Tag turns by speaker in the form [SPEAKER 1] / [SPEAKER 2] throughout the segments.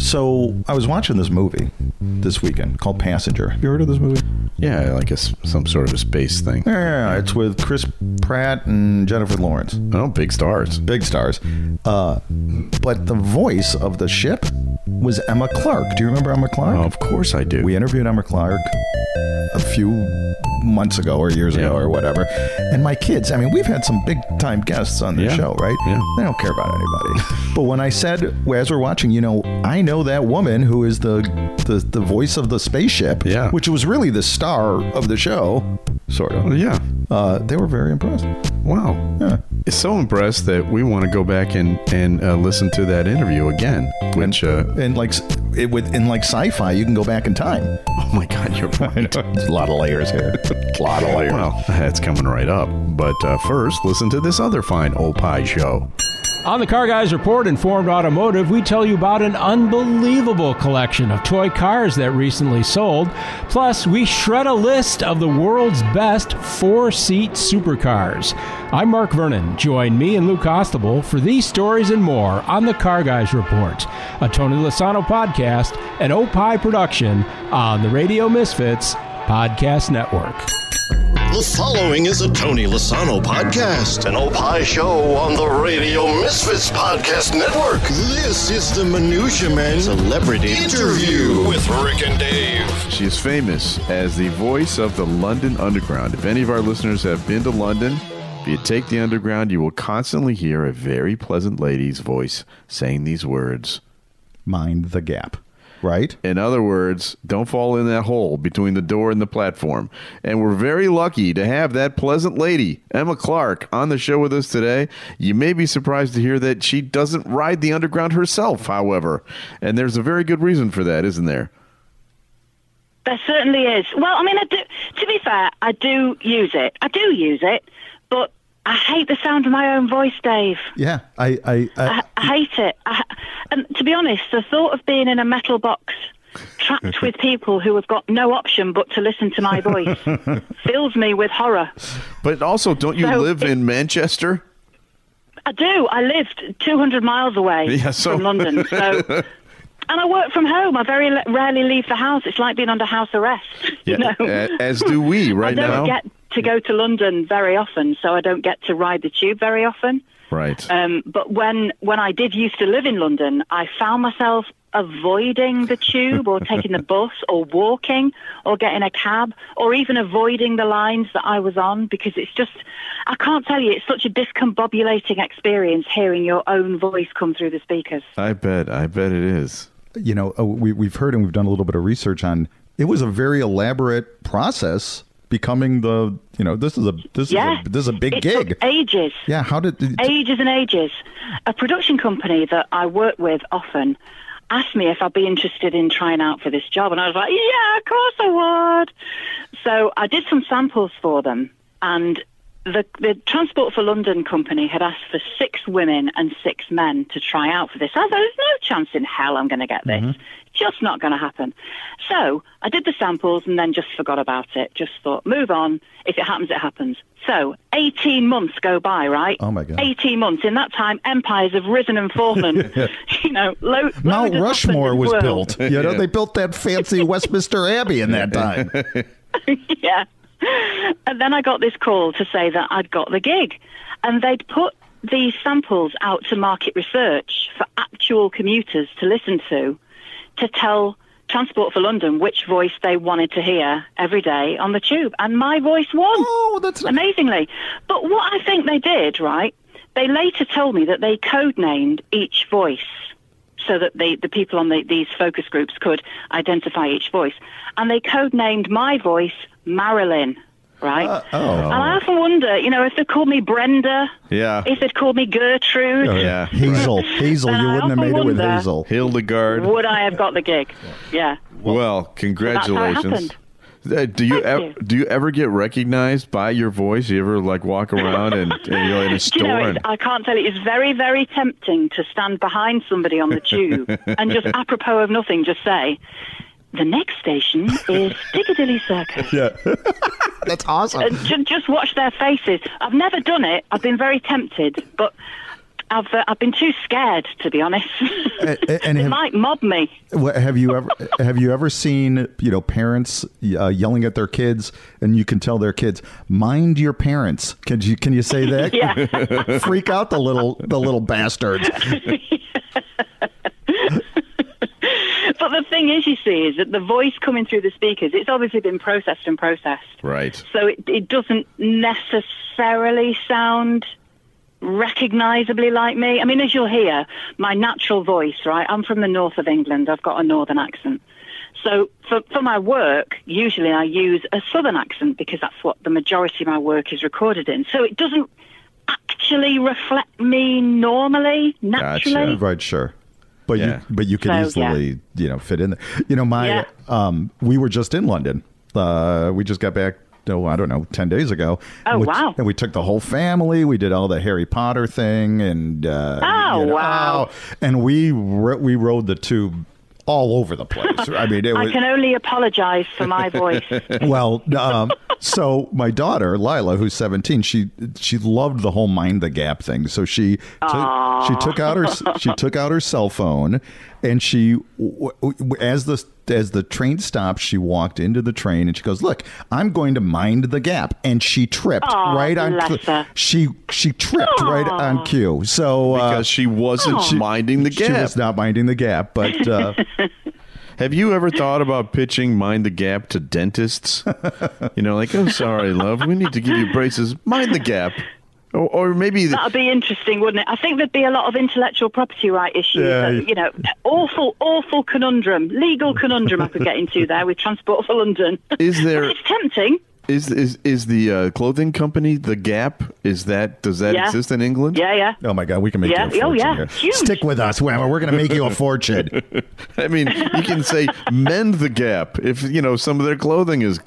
[SPEAKER 1] So I was watching this movie this weekend called Passenger. Have you heard of this movie?
[SPEAKER 2] Yeah, like a s some sort of a space thing.
[SPEAKER 1] Yeah, it's with Chris Pratt and Jennifer Lawrence.
[SPEAKER 2] Oh, big stars.
[SPEAKER 1] Big stars. Uh, but the voice of the ship was Emma Clark. Do you remember Emma Clark?
[SPEAKER 2] Oh, of course I do.
[SPEAKER 1] We interviewed Emma Clark a few months ago or years ago
[SPEAKER 2] Yeah.
[SPEAKER 1] or whatever. And my kids, I mean, we've had some big time guests on the
[SPEAKER 2] Yeah.
[SPEAKER 1] show, right?
[SPEAKER 2] Yeah.
[SPEAKER 1] They don't care about anybody. but when I said, as we're watching, you know, I know that woman who is the the, the voice of the spaceship,
[SPEAKER 2] Yeah.
[SPEAKER 1] which was really the star of the show, sort
[SPEAKER 2] Oh,
[SPEAKER 1] of.
[SPEAKER 2] yeah.
[SPEAKER 1] Uh, they were very impressed.
[SPEAKER 2] Wow.
[SPEAKER 1] Yeah.
[SPEAKER 2] It's so impressed that we want to go back and and uh, listen to that interview again. Which, uh,
[SPEAKER 1] And like s- it, with in like sci-fi, you can go back in time.
[SPEAKER 2] oh my God, you're right.
[SPEAKER 1] There's a lot of layers here. a lot of layers.
[SPEAKER 2] Well, that's coming right up. But uh, first, listen to this other fine old pie show.
[SPEAKER 3] On the Car Guys Report, Informed Automotive, we tell you about an unbelievable collection of toy cars that recently sold. Plus, we shred a list of the world's best four seat supercars. I'm Mark Vernon. Join me and Lou Costable for these stories and more on the Car Guys Report, a Tony Lasano podcast and Opie production on the Radio Misfits Podcast Network.
[SPEAKER 4] The following is a Tony Lasano podcast, an Opie show on the Radio Misfits Podcast Network. This is the Minutia Man Celebrity Interview with Rick and Dave.
[SPEAKER 2] She is famous as the voice of the London Underground. If any of our listeners have been to London, if you take the Underground, you will constantly hear a very pleasant lady's voice saying these words.
[SPEAKER 1] Mind the gap, right?
[SPEAKER 2] In other words, don't fall in that hole between the door and the platform. And we're very lucky to have that pleasant lady, Emma Clark, on the show with us today. You may be surprised to hear that she doesn't ride the Underground herself, however. And there's a very good reason for that, isn't there?
[SPEAKER 5] There certainly is. Well, I mean, I do, to be fair, I do use it. I do use it, but I hate the sound of my own voice, Dave.
[SPEAKER 1] Yeah. I. I, I
[SPEAKER 5] I, I hate it. I, and to be honest, the thought of being in a metal box trapped with people who have got no option but to listen to my voice fills me with horror.
[SPEAKER 2] But also, don't you
[SPEAKER 5] So
[SPEAKER 2] live
[SPEAKER 5] it-
[SPEAKER 2] in Manchester?
[SPEAKER 5] I do. I lived 200 miles away
[SPEAKER 2] Yeah, so-
[SPEAKER 5] from London, so. And I work from home. I very le- rarely leave the house. It's like being under house arrest. You know?
[SPEAKER 2] A- As do we right
[SPEAKER 5] I
[SPEAKER 2] now.
[SPEAKER 5] don't get to go to London very often, so I don't get to ride the tube very often.
[SPEAKER 2] right.
[SPEAKER 5] Um, but when when I did used to live in London, I found myself avoiding the tube or taking the bus or walking or getting a cab or even avoiding the lines that I was on because it's just I can't tell you it's such a discombobulating experience hearing your own voice come through the speakers.
[SPEAKER 2] I bet. I bet it is.
[SPEAKER 1] you know, uh, we, we've heard and we've done a little bit of research on. It was a very elaborate process becoming the. You know, this is a this
[SPEAKER 5] Yeah.
[SPEAKER 1] is a, this is a big
[SPEAKER 5] it
[SPEAKER 1] gig.
[SPEAKER 5] Took ages.
[SPEAKER 1] yeah. How did?
[SPEAKER 5] ages and ages. A production company that I work with often asked me if I'd be interested in trying out for this job, and I was like, yeah, of course I would. So I did some samples for them, and the, the Transport for London company had asked for six women and six men to try out for this. I thought, there's no chance in hell I'm going to get this. Just not going to happen. So I did the samples and then just forgot about it. Just thought, move on. If it happens, it happens. So 18 months go by, right?
[SPEAKER 1] Oh, my God.
[SPEAKER 5] 18 months. In that time, empires have risen and fallen. you know, lo-
[SPEAKER 1] Mount
[SPEAKER 5] loads has happened
[SPEAKER 1] Rushmore
[SPEAKER 5] in
[SPEAKER 1] was
[SPEAKER 5] the world.
[SPEAKER 1] built. You know, they built that fancy Westminster Abbey in that time.
[SPEAKER 5] yeah. And then I got this call to say that I'd got the gig. And they'd put these samples out to market research for actual commuters to listen to to tell Transport for London which voice they wanted to hear every day on the tube. And my voice won
[SPEAKER 1] Oh, that's
[SPEAKER 5] amazingly. But what I think they did, right? They later told me that they codenamed each voice so that the, the people on the, these focus groups could identify each voice. And they codenamed my voice Marilyn, right?
[SPEAKER 2] Uh,
[SPEAKER 5] And I often wonder, you know, if they called me Brenda,
[SPEAKER 2] oh. Yeah. Oh,
[SPEAKER 5] if they'd called me Gertrude,
[SPEAKER 1] Oh,
[SPEAKER 2] Yeah.
[SPEAKER 1] Hazel. Hazel.
[SPEAKER 5] And
[SPEAKER 1] You
[SPEAKER 5] I
[SPEAKER 1] wouldn't have
[SPEAKER 5] often
[SPEAKER 1] made it with
[SPEAKER 5] wonder-
[SPEAKER 1] Hazel.
[SPEAKER 2] Hildegard.
[SPEAKER 5] would I have got the gig? Yeah.
[SPEAKER 2] Well, congratulations.
[SPEAKER 5] happened.
[SPEAKER 2] Uh, do you,
[SPEAKER 5] Thank
[SPEAKER 2] ev-
[SPEAKER 5] you.
[SPEAKER 2] do you ever get recognized by your voice? You uh, ever like walk around and, and you're in a
[SPEAKER 5] Do
[SPEAKER 2] store
[SPEAKER 5] you know,
[SPEAKER 2] and
[SPEAKER 5] it's, I can't tell you, it's very, very tempting to stand behind somebody on the tube and just apropos of nothing, just say, the next station is Piccadilly Circus. Yeah.
[SPEAKER 1] That's awesome.
[SPEAKER 5] And ju- just watch their faces. I've never done it. I've been very tempted, but I've uh, I've been too scared to be honest.
[SPEAKER 1] and- and
[SPEAKER 5] they
[SPEAKER 1] have-
[SPEAKER 5] might mob me.
[SPEAKER 1] What, have you ever have you ever seen you know parents uh, yelling at their kids and you can tell their kids mind your parents can you can you say that
[SPEAKER 5] Yeah.
[SPEAKER 1] freak out the little the little bastards
[SPEAKER 5] But the thing is, you see, is that the voice coming through the speakers, it's obviously been processed and processed.
[SPEAKER 2] Right.
[SPEAKER 5] So it, it doesn't necessarily sound recognizably like me. I mean, as you'll hear, my natural voice, right? I'm from the north of England. I've got a northern accent. So for, for my work, usually I use a southern accent because that's what the majority of my work is recorded in. So it doesn't actually reflect me normally, naturally.
[SPEAKER 2] Gotcha.
[SPEAKER 1] right sure but
[SPEAKER 2] Yeah.
[SPEAKER 1] you but you can
[SPEAKER 5] So, yeah.
[SPEAKER 1] easily you know fit in there you know my
[SPEAKER 5] Yeah.
[SPEAKER 1] um we were just in london uh we just got back oh i don't know 10 days ago
[SPEAKER 5] Oh,
[SPEAKER 1] And we-
[SPEAKER 5] wow.
[SPEAKER 1] and we took the whole family we did all the harry potter thing and uh
[SPEAKER 5] Oh, wow.
[SPEAKER 1] oh, and we ro- we rode the tube all over the place i mean it
[SPEAKER 5] I
[SPEAKER 1] was
[SPEAKER 5] can only apologize for my voice.
[SPEAKER 1] well um, so my daughter lila who's 17 she she loved the whole mind the gap thing so she took, she took out her she took out her cell phone and she w- w- as the as the train stopped she walked into the train and she goes look i'm going to mind the gap and she tripped
[SPEAKER 5] Aw,
[SPEAKER 1] right on
[SPEAKER 5] bless her.
[SPEAKER 1] she she tripped right on cue so uh,
[SPEAKER 2] Because she wasn't minding the
[SPEAKER 1] she
[SPEAKER 2] gap.
[SPEAKER 1] was not minding the gap but uh,
[SPEAKER 2] Have you ever thought about pitching Mind the Gap to dentists? you know, like, oh, sorry, love, we need to give you braces. Mind the gap. Or, or maybe the,
[SPEAKER 5] That'd be interesting, wouldn't it? I think there'd be a lot of intellectual property right issues.
[SPEAKER 1] Yeah.
[SPEAKER 5] uh, you know, awful, awful conundrum, legal conundrum I could get into there with Transport for London.
[SPEAKER 2] Is there-
[SPEAKER 5] But it's tempting.
[SPEAKER 2] is is is the uh, clothing company the Gap? Is that does that
[SPEAKER 5] Yeah.
[SPEAKER 2] exist in England?
[SPEAKER 5] Yeah, yeah.
[SPEAKER 1] oh my god we can make
[SPEAKER 5] Yeah.
[SPEAKER 1] you a fortune
[SPEAKER 5] Oh, yeah.
[SPEAKER 1] here.
[SPEAKER 5] Huge.
[SPEAKER 1] stick with us Whammer. we're going to make you a fortune
[SPEAKER 2] I mean, you can say mend the gap if you know some of their clothing is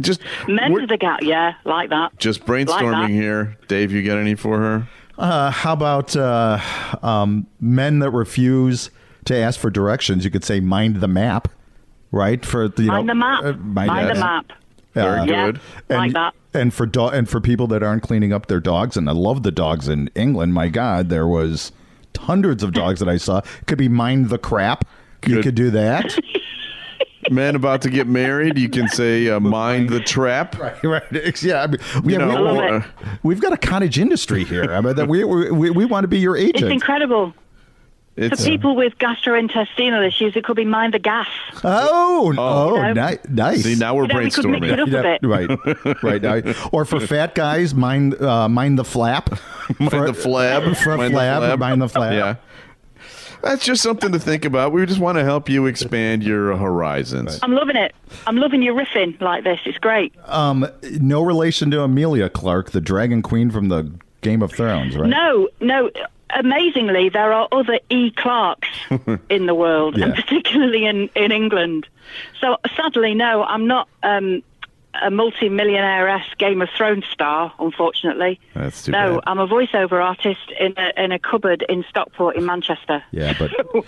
[SPEAKER 2] just
[SPEAKER 5] Men
[SPEAKER 2] we're-
[SPEAKER 5] to the gap. Yeah, like that.
[SPEAKER 2] Just
[SPEAKER 5] Like that.
[SPEAKER 2] brainstorming here, Dave. You got any for her?
[SPEAKER 1] Uh, how about uh, um, men that refuse to ask for directions? You could say mind the map, right? For you know,
[SPEAKER 5] Mind the map.
[SPEAKER 1] uh,
[SPEAKER 5] mind the map.
[SPEAKER 1] Yeah.
[SPEAKER 2] Very
[SPEAKER 5] Yeah,
[SPEAKER 2] good.
[SPEAKER 1] And,
[SPEAKER 5] like that.
[SPEAKER 1] And for do- and for people that aren't cleaning up their dogs, and I love the dogs in England. My God, there was hundreds of dogs that I saw. Could be mind the crap. You
[SPEAKER 2] Good.
[SPEAKER 1] could do that.
[SPEAKER 2] Men about to get married, you can say uh, mind the trap.
[SPEAKER 1] right. It's- Yeah. I mean, we,
[SPEAKER 2] You
[SPEAKER 1] yeah, we-
[SPEAKER 2] know, uh,
[SPEAKER 5] love
[SPEAKER 1] we,
[SPEAKER 5] it.
[SPEAKER 2] or-
[SPEAKER 1] have got a cottage industry here. I mean, that we, we, we, we want to be your
[SPEAKER 5] It's
[SPEAKER 1] agent.
[SPEAKER 5] incredible. For
[SPEAKER 2] it's
[SPEAKER 5] people with gastrointestinal issues, it could be mind the gas.
[SPEAKER 1] oh, oh,
[SPEAKER 5] You know?
[SPEAKER 1] ni- nice.
[SPEAKER 2] see now we're
[SPEAKER 5] You know, we could mix it
[SPEAKER 2] brainstorming.
[SPEAKER 5] up.
[SPEAKER 1] Yeah, Right,
[SPEAKER 5] bit.
[SPEAKER 1] right. I- or for fat guys, mind uh, mind the flap,
[SPEAKER 2] Mind
[SPEAKER 1] For-
[SPEAKER 2] the flab,
[SPEAKER 1] for
[SPEAKER 2] Mind the
[SPEAKER 1] flab,
[SPEAKER 2] flab.
[SPEAKER 1] mind the flab.
[SPEAKER 2] Yeah. That's just something to think about. We just want to help you expand your horizons.
[SPEAKER 5] I'm loving it. I'm loving your riffing like this. It's great.
[SPEAKER 1] No relation to Amelia Clark, the Dragon Queen from the Game of Thrones, right?
[SPEAKER 5] No, no. Amazingly, there are other E. Clarks in the world, and
[SPEAKER 1] Yeah.
[SPEAKER 5] particularly in, in England. So, sadly, no, I'm not um, a multi-millionaire-esque Game of Thrones star, unfortunately.
[SPEAKER 2] That's too
[SPEAKER 5] no,
[SPEAKER 2] bad.
[SPEAKER 5] I'm a voiceover artist in a, in a cupboard in Stockport in Manchester.
[SPEAKER 1] Yeah, but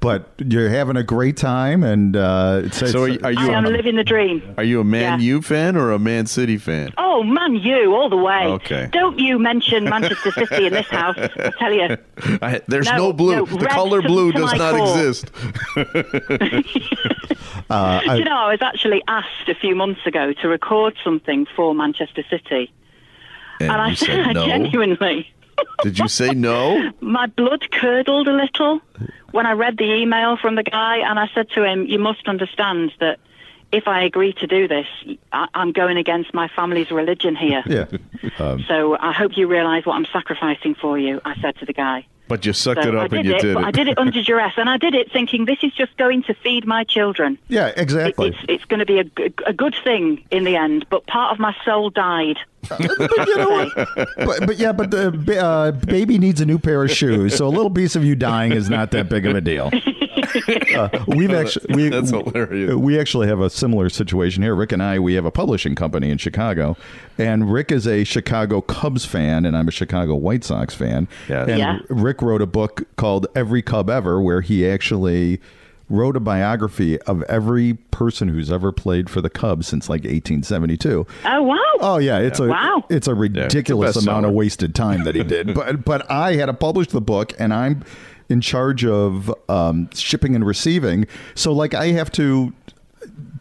[SPEAKER 1] but you're having a great time, and uh, it's,
[SPEAKER 2] So
[SPEAKER 1] it's-
[SPEAKER 2] are you-
[SPEAKER 5] I am living the dream.
[SPEAKER 2] Are you a Man
[SPEAKER 5] Yeah.
[SPEAKER 2] U fan or a Man City fan?
[SPEAKER 5] Oh, man, you all the way.
[SPEAKER 2] Okay.
[SPEAKER 5] Don't you mention Manchester City in this house, I tell you.
[SPEAKER 2] I, there's no,
[SPEAKER 5] No,
[SPEAKER 2] blue.
[SPEAKER 5] no,
[SPEAKER 2] the
[SPEAKER 5] red
[SPEAKER 2] color
[SPEAKER 5] to-
[SPEAKER 2] blue
[SPEAKER 5] to
[SPEAKER 2] does
[SPEAKER 5] my
[SPEAKER 2] not
[SPEAKER 5] core.
[SPEAKER 2] exist.
[SPEAKER 5] Do you know, I was actually asked a few months ago to record something for Manchester City.
[SPEAKER 2] And,
[SPEAKER 5] And I
[SPEAKER 2] you said no.
[SPEAKER 5] genuinely,
[SPEAKER 2] Did you say no?
[SPEAKER 5] my blood curdled a little when I read the email from the guy, and I said to him, "You must understand that if I agree to do this, I- I'm going against my family's religion here.
[SPEAKER 1] yeah.
[SPEAKER 5] So I hope you realise what I'm sacrificing for you." I said to the guy.
[SPEAKER 2] But you sucked
[SPEAKER 5] So
[SPEAKER 2] it
[SPEAKER 5] I
[SPEAKER 2] up
[SPEAKER 5] did
[SPEAKER 2] and you
[SPEAKER 5] it,
[SPEAKER 2] did
[SPEAKER 5] but
[SPEAKER 2] it.
[SPEAKER 5] I did it under duress, and I did it thinking this is just going to feed my children.
[SPEAKER 1] yeah,
[SPEAKER 5] It-
[SPEAKER 1] exactly.
[SPEAKER 5] It's, it's going to be a, g- a good thing in the end, but part of my soul died.
[SPEAKER 1] but you know what? But, but yeah, but the ba- uh, baby needs a new pair of shoes, so a little piece of you dying is not that big of a deal. Uh, we've actually we,
[SPEAKER 2] That's hilarious.
[SPEAKER 1] We actually have a similar situation here. Rick and I, we have a publishing company in Chicago, and Rick is a Chicago Cubs fan, and I'm a Chicago White Sox fan.
[SPEAKER 2] Yes.
[SPEAKER 1] And
[SPEAKER 5] Yeah.
[SPEAKER 1] Rick wrote a book called Every Cub Ever, where he actually wrote a biography of every person who's ever played for the Cubs since like 1872.
[SPEAKER 5] Oh wow!
[SPEAKER 1] Oh yeah, it's a
[SPEAKER 5] Wow.
[SPEAKER 1] it's a ridiculous
[SPEAKER 2] bestseller.
[SPEAKER 1] amount of wasted time that he did. but but I had to publish the book, and I'm in charge of um, shipping and receiving. So like I have to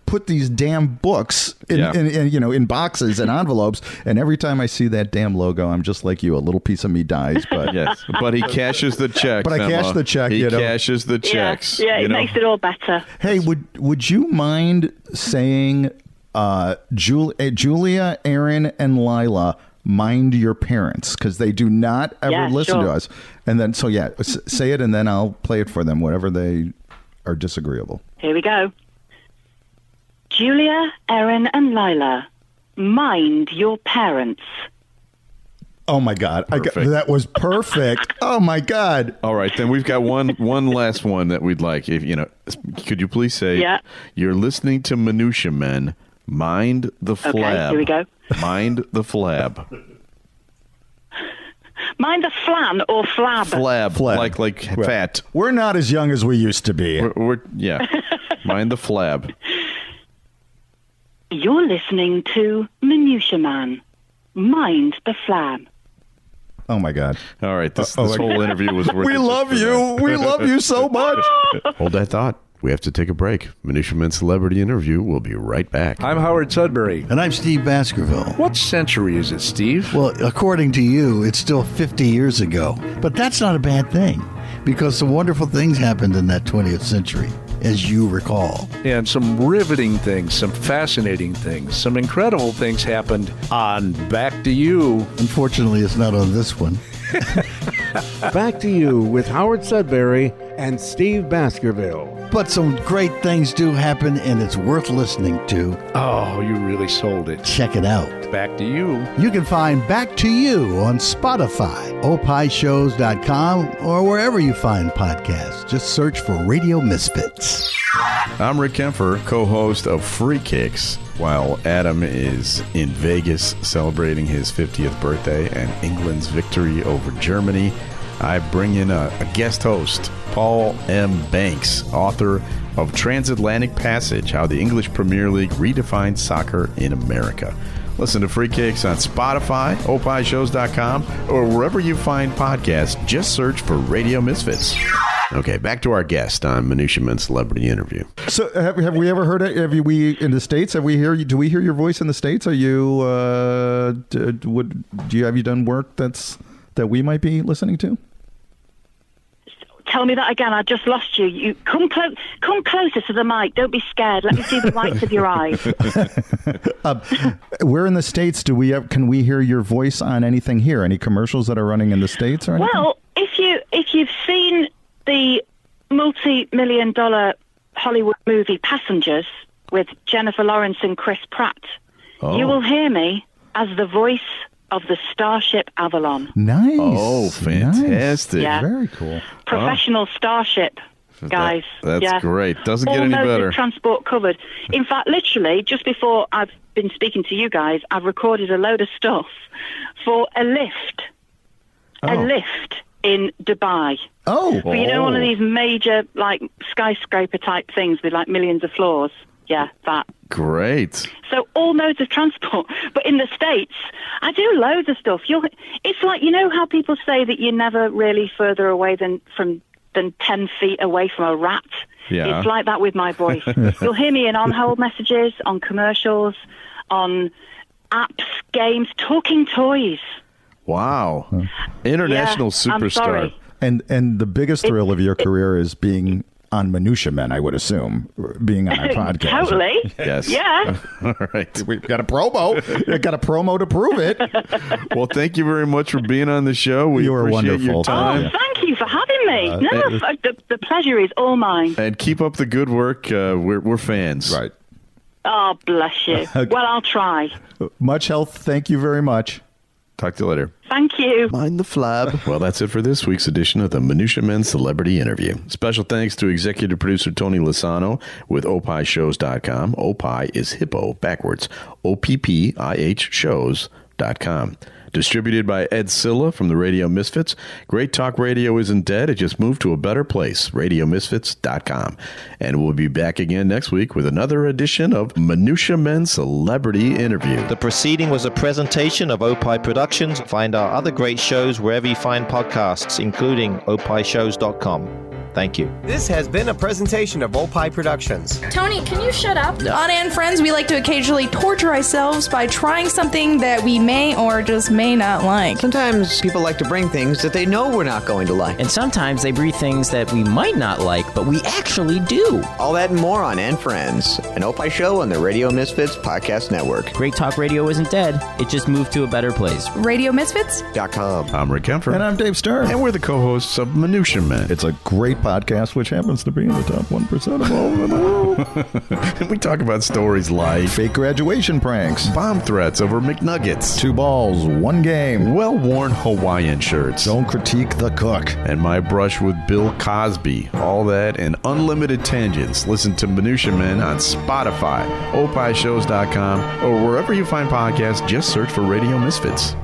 [SPEAKER 1] put these damn books in,
[SPEAKER 2] Yeah.
[SPEAKER 1] in, in you know in boxes and envelopes. And every time I see that damn logo, I'm just like you, a little piece of me dies. But
[SPEAKER 2] Yes, but he cashes the check.
[SPEAKER 1] But I
[SPEAKER 2] Emma.
[SPEAKER 1] cash the check,
[SPEAKER 2] He
[SPEAKER 1] you know.
[SPEAKER 2] cashes the checks.
[SPEAKER 5] Yeah, yeah
[SPEAKER 2] you
[SPEAKER 5] it
[SPEAKER 2] know.
[SPEAKER 5] makes it all better.
[SPEAKER 1] hey, would would you mind saying uh, Jul- uh, Julia, Aaron, and Lila? Mind your parents because they do not ever
[SPEAKER 5] Yeah,
[SPEAKER 1] listen to
[SPEAKER 5] sure.
[SPEAKER 1] us. And then, so yeah, s- say it and then I'll play it for them, whatever they are disagreeable.
[SPEAKER 5] Here we go. Julia, Erin, and Lila, mind your parents.
[SPEAKER 1] Oh my God. I got,
[SPEAKER 2] Perfect.
[SPEAKER 1] that was perfect. oh my God.
[SPEAKER 2] All right, then we've got one one last one that we'd like. If you know, could you please say?
[SPEAKER 5] Yeah.
[SPEAKER 2] You're listening to Minutia Men. Mind the flab.
[SPEAKER 5] here we go.
[SPEAKER 2] Mind the flab.
[SPEAKER 5] Mind the flan or flab.
[SPEAKER 2] Flab.
[SPEAKER 1] Flab.
[SPEAKER 2] Like like fat.
[SPEAKER 1] We're not as young as we used to be.
[SPEAKER 2] We're, we're- yeah. Mind the flab.
[SPEAKER 5] You're listening to Minutia Man. Mind the flab.
[SPEAKER 1] oh my God.
[SPEAKER 2] All right, this,
[SPEAKER 1] Uh, oh,
[SPEAKER 2] this
[SPEAKER 1] I-
[SPEAKER 2] whole interview was worth. it
[SPEAKER 1] We
[SPEAKER 2] just
[SPEAKER 1] love
[SPEAKER 2] for
[SPEAKER 1] you.
[SPEAKER 2] that.
[SPEAKER 1] We love you so much.
[SPEAKER 2] Hold that thought. We have to take a break. Minutia Men celebrity interview. We'll be right back.
[SPEAKER 6] I'm Howard Sudbury.
[SPEAKER 7] And I'm Steve Baskerville.
[SPEAKER 6] What century is it, Steve?
[SPEAKER 7] Well, according to you, it's still 50 years ago. But that's not a bad thing because some wonderful things happened in that 20th century, as you recall.
[SPEAKER 6] And some riveting things, some fascinating things, some incredible things happened on Back to You.
[SPEAKER 7] Unfortunately, it's not on this one.
[SPEAKER 8] Back to you with Howard Sudbury and Steve Baskerville.
[SPEAKER 7] But some great things do happen, and it's worth listening to.
[SPEAKER 6] Oh, you really sold it.
[SPEAKER 7] Check it out.
[SPEAKER 6] Back to You.
[SPEAKER 7] You can find Back to You on Spotify, opishows.com, or wherever you find podcasts. Just search for Radio Misfits.
[SPEAKER 2] I'm Rick Kemfer, co host of Free Kicks, while Adam is in Vegas celebrating his 50th birthday and England's victory over Germany. I bring in a, a guest host, Paul M. Banks, author of Transatlantic Passage How the English Premier League Redefined Soccer in America. Listen to Free Kicks on Spotify, opishows.com, or wherever you find podcasts. Just search for Radio Misfits. Okay, back to our guest on Minutia Men Celebrity Interview.
[SPEAKER 1] So have, have we ever heard it? Have you, we in the states? Have we hear? Do we hear your voice in the states? Are you? Uh, d- d- would do you have you done work that's that we might be listening to?
[SPEAKER 5] Tell me that again. I just lost you. You come close. Come closer to the mic. Don't be scared. Let me see the whites of your eyes.
[SPEAKER 1] We're in the states. Do we have, can we hear your voice on anything here? Any commercials that are running in the states or anything?
[SPEAKER 5] Well, if you if you've seen the multi-million dollar Hollywood movie Passengers with Jennifer Lawrence and Chris Pratt, you will hear me as the voice of the starship Avalon,
[SPEAKER 1] nice.
[SPEAKER 2] Oh, fantastic.
[SPEAKER 1] Nice.
[SPEAKER 5] Yeah.
[SPEAKER 1] Very cool.
[SPEAKER 5] professional starship guys.
[SPEAKER 2] that's
[SPEAKER 5] yeah.
[SPEAKER 2] great. Doesn't
[SPEAKER 5] All
[SPEAKER 2] get any
[SPEAKER 5] modes of
[SPEAKER 2] better.
[SPEAKER 5] transport covered. In fact, literally just before I've been speaking to you guys, I've recorded a load of stuff for a lift,
[SPEAKER 2] Oh.
[SPEAKER 5] a lift in Dubai.
[SPEAKER 1] Oh,
[SPEAKER 5] But you know, one of these major like skyscraper type things with like millions of floors. Yeah, that.
[SPEAKER 2] Great.
[SPEAKER 5] So all modes of transport. But in the states, I do loads of stuff. You're, it's like you know how people say that you're never really further away than from than ten feet away from a rat.
[SPEAKER 2] Yeah.
[SPEAKER 5] It's like that with my voice. You'll hear me in on-hold messages, on commercials, on apps, games, talking toys.
[SPEAKER 2] Wow.
[SPEAKER 5] Yeah,
[SPEAKER 2] International
[SPEAKER 5] I'm
[SPEAKER 2] superstar.
[SPEAKER 5] sorry.
[SPEAKER 1] and and the biggest thrill of your career is being on Minutia Men, I would assume, being on our podcast.
[SPEAKER 5] Totally.
[SPEAKER 2] Yes.
[SPEAKER 5] Yeah.
[SPEAKER 2] All right.
[SPEAKER 1] We've got a promo. We've got a promo to prove it.
[SPEAKER 2] Well, thank you very much for being on the show. We
[SPEAKER 1] You are
[SPEAKER 2] appreciate your
[SPEAKER 1] wonderful.
[SPEAKER 2] time.
[SPEAKER 1] Yeah.
[SPEAKER 5] Oh, thank you for having me.
[SPEAKER 2] Uh,
[SPEAKER 5] no, f- the, the pleasure is all mine.
[SPEAKER 2] And keep up the good work. Uh, we're, we're fans.
[SPEAKER 1] Right.
[SPEAKER 5] Oh, bless you. Well, I'll try.
[SPEAKER 1] Much health. Thank you very much.
[SPEAKER 2] Talk to you later.
[SPEAKER 5] Thank you.
[SPEAKER 2] Mind the flab. Well, that's it for this week's edition of the Minutia Men Celebrity Interview. Special thanks to executive producer Tony Lasano with opishows.com. Opie is hippo backwards. O P P I H shows.com. Distributed by Ed Silla from the Radio Misfits. Great Talk Radio isn't dead, it just moved to a better place. RadioMisfits.com. And we'll be back again next week with another edition of Minutia Men Celebrity Interview.
[SPEAKER 9] The proceeding was a presentation of Opie Productions. Find our other great shows wherever you find podcasts, including opishows.com. Thank you.
[SPEAKER 10] This has been a presentation of Opie Productions.
[SPEAKER 4] Tony, can you shut up? On and Friends, we like to occasionally torture ourselves by trying something that we may or just may not like.
[SPEAKER 10] Sometimes people like to bring things that they know we're not going to like.
[SPEAKER 3] And sometimes they breed things that we might not like, but we actually do.
[SPEAKER 10] All that and more on And Friends, an Opie show on the Radio Misfits Podcast Network.
[SPEAKER 3] Great Talk Radio isn't dead, it just moved to a better place.
[SPEAKER 4] Radio Misfits?
[SPEAKER 10] .com.
[SPEAKER 2] I'm Rick Kemper.
[SPEAKER 1] And I'm Dave Stern.
[SPEAKER 2] And we're the co hosts of Minutia Men.
[SPEAKER 1] It's a great podcast, which happens to be in the top 1% of all of the world.
[SPEAKER 2] And we talk about stories like
[SPEAKER 1] Fake graduation pranks,
[SPEAKER 2] bomb threats over McNuggets,
[SPEAKER 1] two balls, one game.
[SPEAKER 2] well worn Hawaiian shirts,
[SPEAKER 1] Don't critique the cook.
[SPEAKER 2] and my brush with Bill Cosby. All that and unlimited tangents. Listen to Minutia Men on Spotify, opishows.com, or wherever you find podcasts. Just search for Radio Misfits.